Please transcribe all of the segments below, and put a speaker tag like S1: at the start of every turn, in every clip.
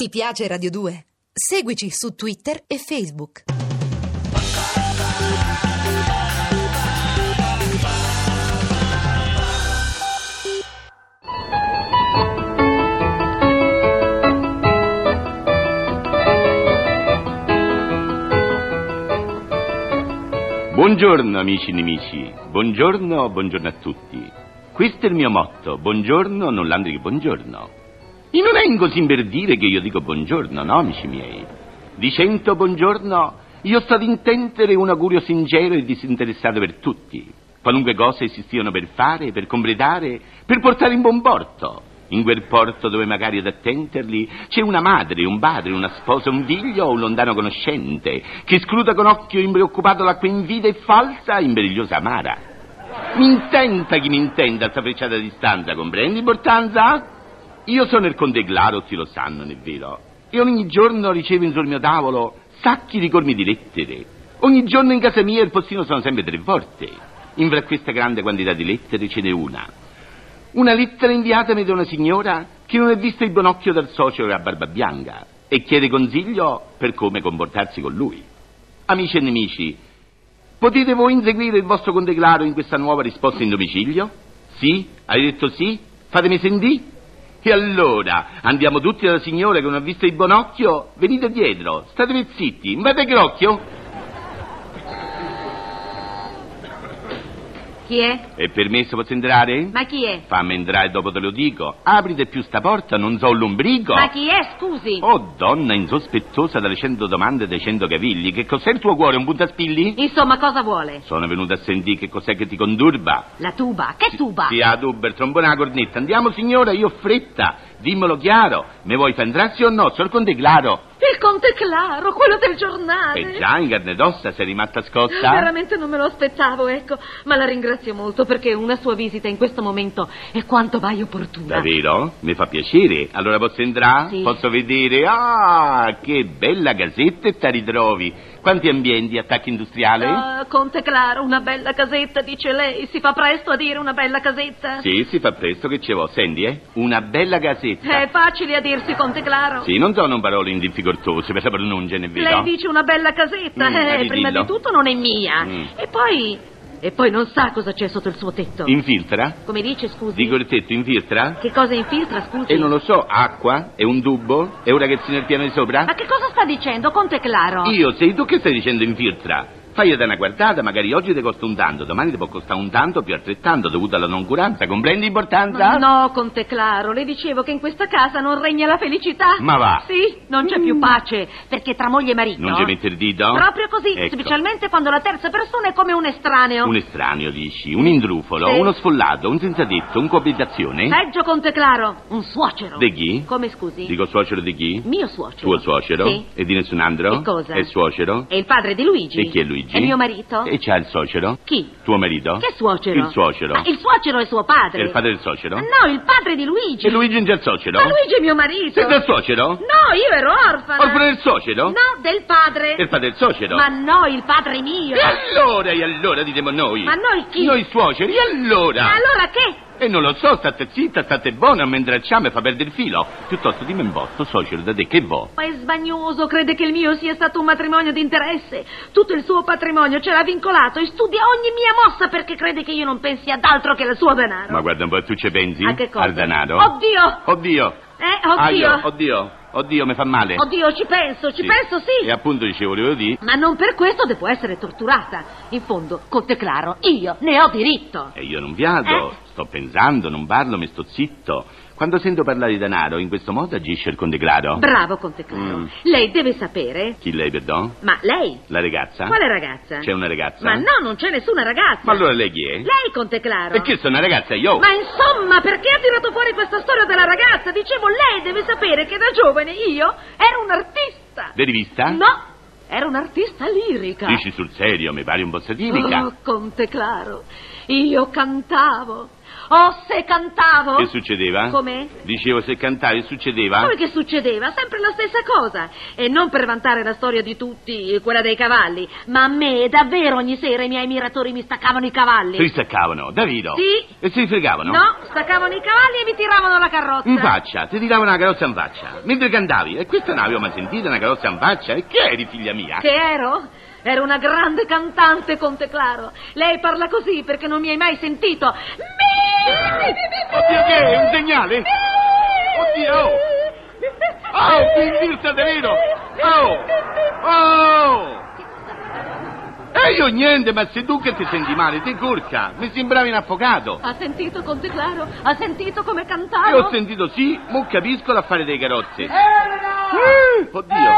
S1: Ti piace Radio 2? Seguici su Twitter e Facebook.
S2: Buongiorno amici e nemici, buongiorno, buongiorno a tutti. Questo è il mio motto, buongiorno non l'andri che buongiorno. E non vengo sin per dire che io dico buongiorno, no amici miei. Dicendo buongiorno, io sto ad intendere un augurio sincero e disinteressato per tutti, qualunque cosa esistiano per fare, per completare, per portare in buon porto. In quel porto dove magari ad attenderli c'è una madre, un padre, una sposa, un figlio o un lontano conoscente che scruta con occhio impreoccupato l'acqua invida e falsa e imbrigliosa amara. Mi intenta chi mi intenda a sta frecciata distanza, comprendi l'importanza? Io sono il conte Glarotti, lo sanno, non è vero? E ogni giorno ricevo sul mio tavolo sacchi di cormi di lettere. Ogni giorno in casa mia il postino sono sempre tre volte. In fra questa grande quantità di lettere ce n'è una. Una lettera inviatami da una signora che non è vista il buon occhio dal socio a barba bianca e chiede consiglio per come comportarsi con lui. Amici e nemici, potete voi inseguire il vostro conte Claro in questa nuova risposta in domicilio? Sì? Hai detto sì? Fatemi sentire? E allora, andiamo tutti dalla signora che non ha visto il buon occhio? Venite dietro, statevi zitti, non vede che l'occhio?
S3: Chi è?
S2: È permesso, posso entrare?
S3: Ma chi è?
S2: Fammi entrare dopo te lo dico. Aprite più sta porta, non so l'ombrico.
S3: Ma chi è, scusi?
S2: Oh, donna insospettosa dalle cento domande e dai cento cavilli, che cos'è il tuo cuore, un puntaspilli?
S3: Insomma, cosa vuole?
S2: Sono venuto a sentire che cos'è che ti condurba.
S3: La tuba? Che tuba?
S2: Sì, a tuber, trombona la cornetta. Andiamo, signora, io ho fretta. Dimmelo chiaro, me vuoi far entrare sì o no? Sono con te claro.
S3: Il conte Claro, quello del giornale.
S2: E già, in carne ed ossa sei rimasta scossa?
S3: Veramente Ah, non me lo aspettavo, ecco. Ma la ringrazio molto perché una sua visita in questo momento è quanto mai opportuna.
S2: Davvero? Mi fa piacere. Allora posso entrare?
S3: Sì.
S2: Posso vedere? Ah, che bella casetta ti ritrovi. Quanti ambienti, attacchi industriali?
S3: Ah, conte Claro, una bella casetta, dice lei. Si fa presto a dire una bella casetta?
S2: Sì, si fa presto che ce l'ho. Senti, eh? Una bella casetta.
S3: È facile a dirsi, conte Claro.
S2: Sì, non sono parole indifficoltose per la pronuncia, ne vedo.
S3: Lei dice una bella casetta,
S2: Mm,
S3: eh,
S2: eh,
S3: prima
S2: dillo.
S3: di tutto non è mia.
S2: Mm.
S3: E poi... E poi non sa cosa c'è sotto il suo tetto.
S2: Infiltra?
S3: Come dice, scusi?
S2: Dico il tetto, infiltra?
S3: Che cosa infiltra, scusi?
S2: E non lo so, acqua? È un tubo? È un ragazzino al piano di sopra?
S3: Ma che cosa sta dicendo, Conte Claro?
S2: Io, sei tu che stai dicendo infiltra? Fai da una guardata, magari oggi ti costa un tanto, domani ti può costare un tanto più altrettanto dovuto alla noncuranza, comprendi l'importanza?
S3: Ma no, Conte Claro, le dicevo che in questa casa non regna la felicità.
S2: Ma va.
S3: Sì, non c'è più pace, perché tra moglie e marito...
S2: Non ci mette il dito?
S3: Proprio così,
S2: Ecco.
S3: specialmente quando la terza persona è come un estraneo.
S2: Un estraneo, dici, un indrufolo,
S3: Sì.
S2: uno sfollato, un senzatetto, un coabitazione?
S3: Peggio, Conte Claro, un suocero.
S2: Di chi?
S3: Come, scusi?
S2: Dico suocero di chi?
S3: Mio suocero.
S2: Tuo suocero?
S3: Sì.
S2: E di nessun altro?
S3: Che cosa?
S2: E suocero?
S3: E il padre di Luigi.
S2: E chi è Luigi?
S3: E mio marito.
S2: E c'ha il suocero?
S3: Chi?
S2: Tuo marito?
S3: Che suocero?
S2: Il suocero.
S3: Ah, il suocero è suo padre.
S2: E il padre del suocero?
S3: No, il padre di Luigi.
S2: E Luigi non c'è il suocero?
S3: Ma Luigi è mio marito.
S2: Sei del suocero?
S3: No, io ero orfana.
S2: Orfano del suocero?
S3: No, del padre.
S2: E il padre del suocero?
S3: Ma no, il padre mio.
S2: E allora, e allora, diremo noi?
S3: Ma noi chi?
S2: Noi suoceri, e
S3: E
S2: allora?
S3: allora che?
S2: E non lo so, state zitta, state buona, mentre e fa perdere il filo. Piuttosto dimmi un botto, suocero, da te che vo?
S3: Ma è sbagnoso, crede che il mio sia stato un matrimonio di interesse. Tutto il suo patrimonio ce l'ha vincolato e studia ogni mia mossa perché crede che io non pensi ad altro che al suo denaro.
S2: Ma guarda un po', tu ci pensi?
S3: A che cosa?
S2: Al danaro?
S3: Oddio!
S2: Oddio!
S3: Eh,
S2: Aio,
S3: oddio.
S2: oddio, oddio, mi fa male.
S3: Oddio, ci penso, ci penso sì.
S2: E appunto ci volevo dire...
S3: Ma non per questo devo essere torturata. In fondo, Conte Claro, io ne ho diritto.
S2: E io non viado,
S3: Eh?
S2: sto pensando, non parlo, mi sto zitto. Quando sento parlare di danaro, in questo modo agisce il conte Claro.
S3: Bravo, Conte Claro.
S2: Mm.
S3: Lei deve sapere.
S2: Chi lei, perdon?
S3: Ma lei?
S2: La ragazza?
S3: Quale ragazza?
S2: C'è una ragazza?
S3: Ma no, non c'è nessuna ragazza.
S2: Ma allora lei chi è?
S3: Lei, Conte Claro.
S2: Perché sono una ragazza io?
S3: Ma insomma, perché ha tirato fuori questa storia della ragazza? Dicevo, lei deve sapere che da giovane io ero un artista.
S2: De rivista?
S3: No, ero un artista lirica.
S2: Eh? Dici sul serio, mi pare un po' satirica.
S3: Oh, Conte Claro, io cantavo. Oh, se cantavo!
S2: Che succedeva?
S3: Come?
S2: Dicevo, se cantavi succedeva?
S3: Poi che succedeva? Sempre la stessa cosa. E non per vantare la storia di tutti, quella dei cavalli, ma a me davvero ogni sera i miei miratori mi staccavano i cavalli.
S2: Si staccavano, Davido.
S3: Sì.
S2: E si fregavano?
S3: No, staccavano i cavalli e mi tiravano la carrozza.
S2: In faccia, ti tiravano una carrozza in faccia. Mentre cantavi, e questa non l'avevo mai sentita, una carrozza in faccia? E che eri, figlia mia?
S3: Che ero? Ero una grande cantante, Conte Claro. Lei parla così perché non mi hai mai sentito. Oddio,
S2: Oddio, che è? Un segnale? Oddio! Oh, finirsi davvero! Oh! Oh! E io niente, ma sei tu che ti senti male, ti curca. Mi sembravi un avvocato.
S3: Ha sentito, Conte Claro? Ha sentito come
S2: E
S3: cantavo?
S2: ho sentito sì, mo capisco l'affare dei carrozze.
S4: Elena!
S2: Oddio.
S4: Elena!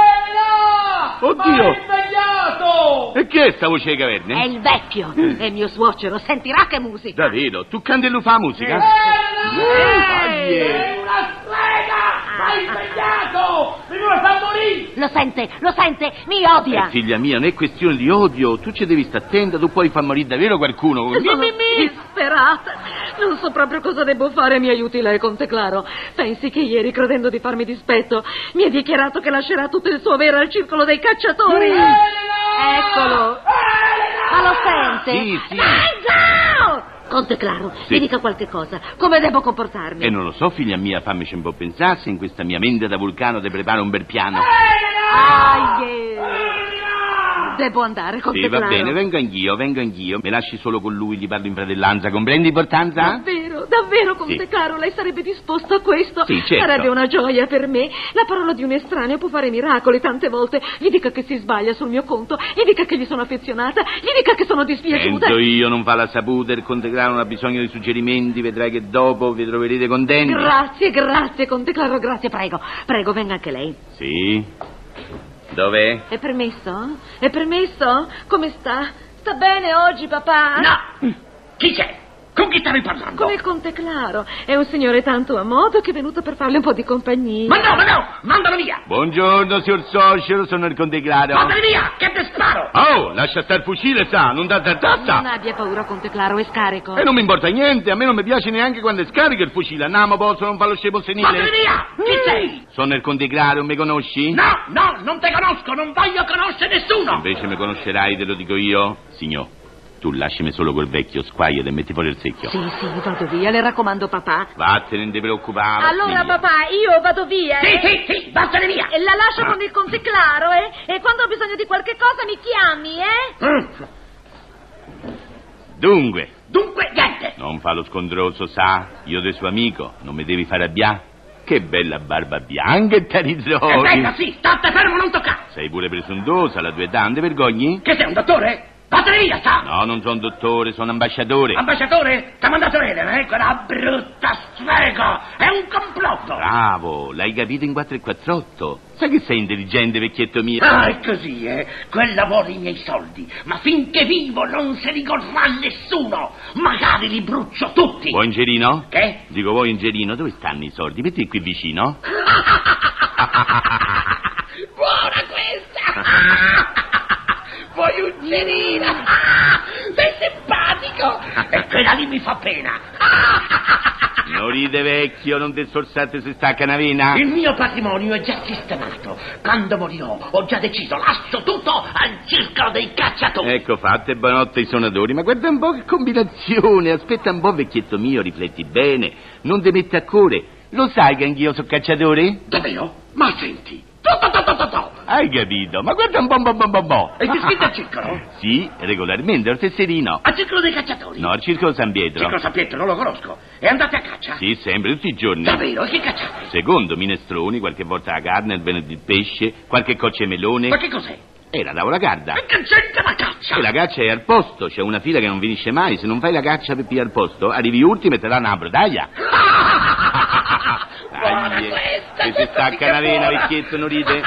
S2: Oddio.
S4: Ma è svegliato!
S2: E che è sta voce di
S3: È
S2: caverne?
S3: il vecchio, è mio suocero, sentirà che musica.
S2: Davvero, tu canti e lui fa musica?
S4: Eh. Elena!
S2: Eh,
S4: Sei una strega! Ma è svegliato! Mi vuole far morire!
S3: Lo sente, lo sente, mi odia.
S2: Eh, figlia mia, non è questione di odio, tu ci devi stare attenta, tu puoi far morire davvero qualcuno.
S3: Sono disperata. Non so proprio cosa debbo fare, mi aiuti lei, Conte Claro. Pensi che ieri, credendo di farmi dispetto, mi ha dichiarato che lascerà tutto il suo avere al circolo dei cacciatori. Eccolo. Ma lo sente?
S2: Sì, sì.
S3: Dai, zao! Conte Claro,
S2: Sì. Eh.
S3: mi dica qualche cosa. Come debo comportarmi?
S2: E non lo so, figlia mia, fammici un po' pensare se in questa mia mente da vulcano ti preparo un bel piano.
S4: Eh,
S3: Ah, yeah. Devo andare, Conte
S2: Sì, va
S3: Claro.
S2: bene, vengo anch'io, vengo anch'io. Mi lasci solo con lui, gli parlo in fratellanza, comprendi l'importanza?
S3: Davvero, davvero, Conte
S2: Ah? Sì.
S3: Claro, lei sarebbe disposto a questo?
S2: Sì, certo.
S3: Sarebbe una gioia per me. La parola di un estraneo può fare miracoli tante volte. Gli dica che si sbaglia sul mio conto, gli dica che gli sono affezionata, gli dica che sono dispiaciuta.
S2: Sento io, non fa la saputa, il conte Grano non ha bisogno di suggerimenti, vedrai che dopo vi troverete contenti.
S3: Grazie, grazie, Conte Claro, grazie, prego. Prego, venga anche lei.
S2: Sì? Dov'è?
S3: È permesso? È permesso? Come sta? Sta bene oggi, papà?
S4: Ah, No! Chi c'è? Con chi stavi parlando?
S3: Come il Conte Claro. È un signore tanto a modo che è venuto per farle un po' di compagnia.
S4: Ma no, ma no! Mandalo via!
S2: Buongiorno, signor Socio, sono il conte Grano.
S4: Mandalo via! Che te sparo!
S2: Oh, lascia stare il fucile, sa, non date a
S3: Non
S2: tazza.
S3: abbia paura, Conte Claro, è scarico.
S2: E non mi importa niente, a me non mi piace neanche quando scarica il fucile. Andiamo, posso non farlo scemo
S4: Mandalo
S2: senile.
S4: via! Chi sei?
S2: Sono il conte Grano, mi conosci?
S4: No, no, non te conosco, non voglio conoscere nessuno!
S2: Invece mi conoscerai, te lo dico io. Signor, tu lasciami solo col vecchio, squagliate e metti fuori il secchio.
S3: Sì, sì, vado via, le raccomando, papà.
S2: Vattene, non ti preoccupare.
S3: Allora,
S2: figlia.
S3: papà, io vado via.
S4: Sì,
S3: eh.
S4: sì, sì, vattene via!
S3: E la lascio con il conte Claro, eh? E quando ho bisogno di qualche cosa mi chiami, eh?
S4: Mm.
S2: Dunque,
S4: Dunque, niente!
S2: non fa lo scontroso, sa? Io del suo amico, non mi devi far arrabbiare. Che bella barba bianca e
S4: E bella,
S2: tarizori.
S4: sì, state fermo, non toccare!
S2: Sei pure presuntuosa, la tua età, non ti vergogni?
S4: Che sei un dottore? Vattene via, sta!
S2: No, non sono dottore, sono ambasciatore.
S4: Ambasciatore? T'ha mandato Elena, eh? Quella brutta sfega! È un complotto!
S2: Bravo, l'hai capito in 448. Sai che sei intelligente, vecchietto mio?
S3: ecco.
S4: Ah, è così, eh? Quella vuole i miei soldi, ma finché vivo non se li correrà nessuno! Magari li brucio tutti!
S2: Vuoi un gerino?
S4: Che?
S2: Dico, vuoi un gerino? Dove stanno i soldi? Metti qui vicino.
S4: Buona questa! Vuoi un gerino? Sei simpatico! E quella lì mi fa pena!
S2: Non ride vecchio, non ti sforzate se stacca una vena.
S4: Il mio patrimonio è già sistemato. Quando morirò ho già deciso, lascio tutto al circolo dei cacciatori.
S2: Ecco fatte, buonanotte ai suonatori, ma guarda un po' che combinazione, aspetta un po' vecchietto mio, rifletti bene, non ti metta a cuore, lo sai che anch'io sono cacciatore?
S4: Davvero? Ma senti. To, to, to, to, to, to.
S2: Hai capito, ma guarda un po' un po' un po' un po', un po'.
S4: E ti iscritto
S2: ah.
S4: al circolo?
S2: Sì, regolarmente, al tesserino.
S4: Al circolo dei cacciatori?
S2: No, al circolo San Pietro.
S4: Circolo San Pietro, non lo conosco. E andate a caccia?
S2: Sì, sempre, tutti i giorni.
S4: Davvero? E che cacciate?
S2: Secondo minestroni, qualche volta la carne, il venerdì il pesce, qualche coccia e melone.
S4: Ma che cos'è?
S2: E Eh, la davo la carda.
S4: Ma che gente la caccia?
S2: E la caccia è al posto, c'è una fila che non finisce mai, se non fai la caccia per pigliare al posto, arrivi ultimo e te danno una brodaglia.
S4: Buona
S2: Dai,
S4: questa,
S2: che
S4: questa
S2: si
S4: mica
S2: stacca la vena,
S4: buona.
S2: vecchietto, non ride.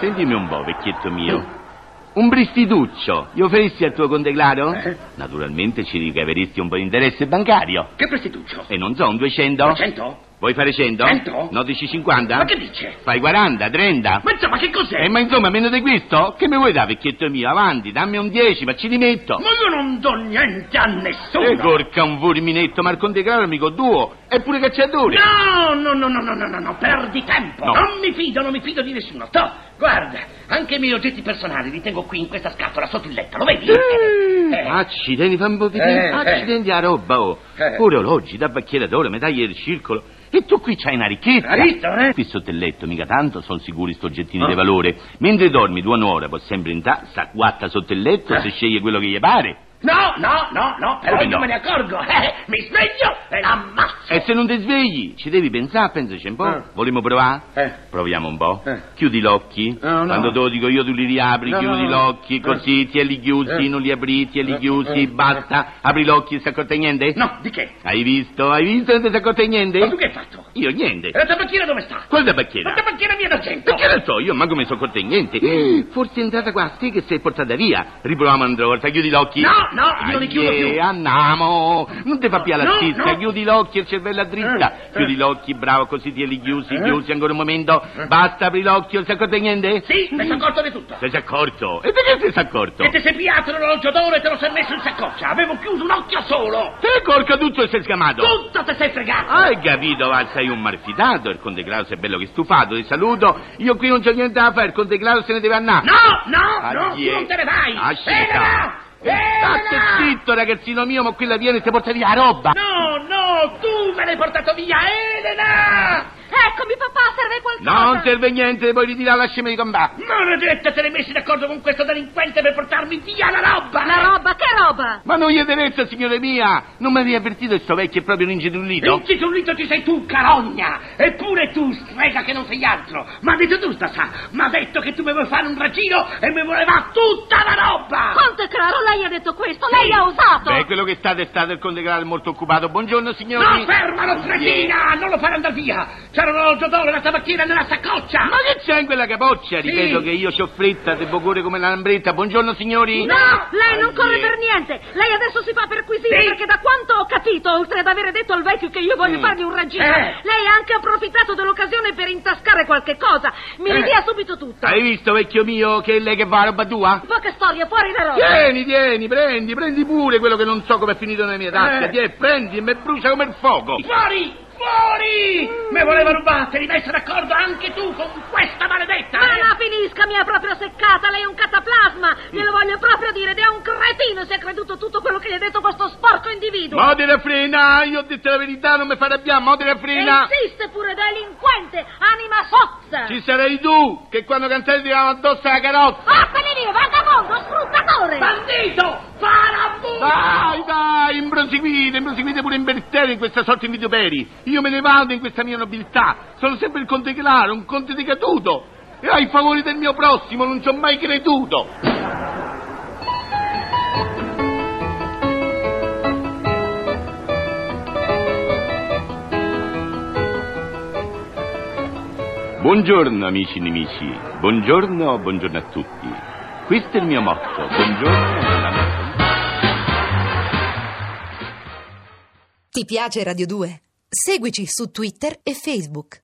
S2: Sentimi un po', vecchietto mio. Un bristituccio, io fessi al tuo conteglaro?
S4: Eh?
S2: Naturalmente ci ricaveresti un po' di interesse bancario. Eh,
S4: Che prestituccio?
S2: E non so, un 200?
S4: 200?
S2: Vuoi fare 100?
S4: Cento?
S2: No, dici 50?
S4: Ma che dice?
S2: Fai 40, 30.
S4: Ma insomma, che cos'è?
S2: Eh, ma insomma, meno di questo? Che mi vuoi dare, vecchietto mio? Avanti, dammi un 10, ma ci rimetto.
S4: Ma io non do niente a nessuno!
S2: E porca un fulminetto, Marcon De Caro, amico tuo, è pure cacciatore.
S4: No, no, no, no, no, no, no, no, perdi tempo.
S2: No.
S4: Non mi fido, non mi fido di nessuno. Toh, guarda, anche i miei oggetti personali li tengo qui in questa scatola sotto il letto, lo vedi?
S2: Eh,
S4: Eh,
S2: Accidenti, fammi un po' vedere.
S4: Eh, eh.
S2: Accidenti a roba, oh.
S4: Eh.
S2: Pure orologi, tabacchiera d'oro, medaglie del circolo. E tu qui c'hai una ricchezza.
S4: Hai visto, eh?
S2: Qui sotto il letto, mica tanto, sono sicuri sto oggettini
S4: Ah.
S2: di valore. Mentre dormi, tua nuora può sempre entrare, sta guatta sotto il letto,
S4: Eh.
S2: se sceglie quello che gli pare.
S4: No, no, no, no, però
S2: Come
S4: io
S2: no?
S4: me ne accorgo. Eh, mi sveglio e l'ammazzo.
S2: E se non ti svegli, ci devi pensare, pensaci un po'.
S4: Eh.
S2: Vogliamo provare?
S4: Eh.
S2: Proviamo un po'.
S4: Eh.
S2: Chiudi gli occhi.
S4: No, no.
S2: Quando te lo dico io tu li riapri,
S4: No,
S2: chiudi
S4: no,
S2: gli
S4: no.
S2: occhi, così, tienili chiusi,
S4: Eh.
S2: non li apri, tienili
S4: Eh,
S2: chiusi,
S4: eh,
S2: basta. Apri gli occhi, si accorta niente?
S4: No, di che?
S2: Hai visto? Hai visto? Non ti sei accorto di niente?
S4: Ma tu che Eh. hai fatto?
S2: Io niente.
S4: E la tabacchiera dove sta?
S2: Qual da
S4: La
S2: bacchiera?
S4: tabacchiera mia d'argento.
S2: Perché lo so, io manco mi sono accorto di niente.
S4: Mm.
S2: Eh, Forse è entrata qua, sì, che si è portata via. Riproviamo un'altra volta, chiudi gli occhi.
S4: No, no, io non li chiudo
S2: Ahie,
S4: più.
S2: andiamo. Non ti fa più la
S4: No,
S2: stizza,
S4: no.
S2: chiudi gli occhi e il cervello a dritta.
S4: Eh, eh.
S2: Chiudi gli occhi, bravo, così tieni chiusi,
S4: Eh.
S2: chiusi, ancora un momento. Basta, apri l'occhio, non si accorto di niente?
S4: Sì, mi sono accorto di tutto.
S2: Te sei accorto? E perché ti sei accorto?
S4: Che ti sei piato l'orologio d'oro e te lo sei messo in saccoccia. Avevo chiuso un occhio solo.
S2: Te sei accorto tutto e sei sgamato.
S4: Tutto te sei fregato.
S2: Hai capito, va, sei un marfitato, il conte Claus è bello che stufato, ti saluto, io qui non c'ho niente da fare, il conte Claus se ne deve andare.
S4: No, no, no, tu
S2: Addio.
S4: non te ne vai.
S2: Ah,
S4: Te ne
S2: Asceta.
S4: va.
S2: E eh, State
S4: Te ne va.
S2: zitto, ragazzino mio, ma qui la viene e ti porta via la roba.
S4: No, no, tu me l'hai portato via, Elena!
S3: Eccomi, papà, serve qualcosa.
S2: Non serve niente, poi ritirare la scema di combattere.
S4: Maledetta, te l'hai messi d'accordo con questo delinquente per portarmi via la roba! eh?
S3: La roba, che roba?
S2: Ma non gli interessa, signore mia! Non mi avevi avvertito che sto vecchio è proprio un ingedullito?
S4: Incitulito ci sei tu, carogna! Eppure tu, strega che non sei altro! Ma ha detto tu, sa! Ma ha detto che tu mi vuoi fare un raggiro e mi voleva tutta la roba!
S3: Conte Claro, lei ha detto questo, lei ha usato.
S2: Beh, quello che state è stato il conte Claus è molto occupato. Buongiorno, signori.
S4: No,
S2: Oh,
S4: fermalo, cretina! Non lo fare andare via! C'era l'orologio d'oro, la tabacchina nella saccoccia!
S2: Ma che c'è in quella capoccia? Ripeto che io c'ho fretta, devo correre come la lambretta. Buongiorno, signori.
S3: No, lei non
S2: Ahie.
S3: corre per niente. Lei adesso si fa perquisire
S4: Sì.
S3: perché da quanto ho capito, oltre ad avere detto al vecchio che io voglio
S2: Mm.
S3: fargli un raggiro,
S4: Eh.
S3: lei ha anche approfittato dell'occasione per intascare qualche cosa. Mi
S4: Eh.
S3: ridia subito tutto.
S2: Hai visto, vecchio mio, che è lei che va a roba tua?
S3: Poche storie, fuori da roba.
S2: Tieni, tieni, prendi, prendi pure quello che non so come è finito nelle mie tasche.
S4: Eh.
S2: Tieni, prendi e mi brucia come il fuoco.
S4: Fuori! Fuori! Mi voleva rubare, te li messo d'accordo anche tu con questa maledetta!
S3: Ma
S4: eh?
S3: la finisca, mi ha proprio seccata, lei è un cataplasma, glielo voglio proprio dire, ed è un cretino se ha creduto tutto quello che gli ha detto questo sporco individuo.
S2: Modera frena, io ho detto la verità, non mi fa arrabbiare, modera
S3: E
S2: frena.
S3: insiste pure, delinquente, anima sozza.
S2: Ci sarai tu, che quando cantai tirava addosso la carrozza.
S3: Vattene via, vagabondo, sfruttatore!
S4: Bandito! Parabundo!
S3: Ah!
S2: Vai, vai, improseguite, improseguite pure in Bertelli in questa sorta di videoperi. Io me ne vado in questa mia nobiltà. Sono sempre il conte Claro, un conte decaduto. E ai favori del mio prossimo non ci ho mai creduto. Buongiorno amici e nemici, buongiorno, buongiorno a tutti. Questo è il mio motto, buongiorno.
S1: Ti piace Radio 2? Seguici su Twitter e Facebook.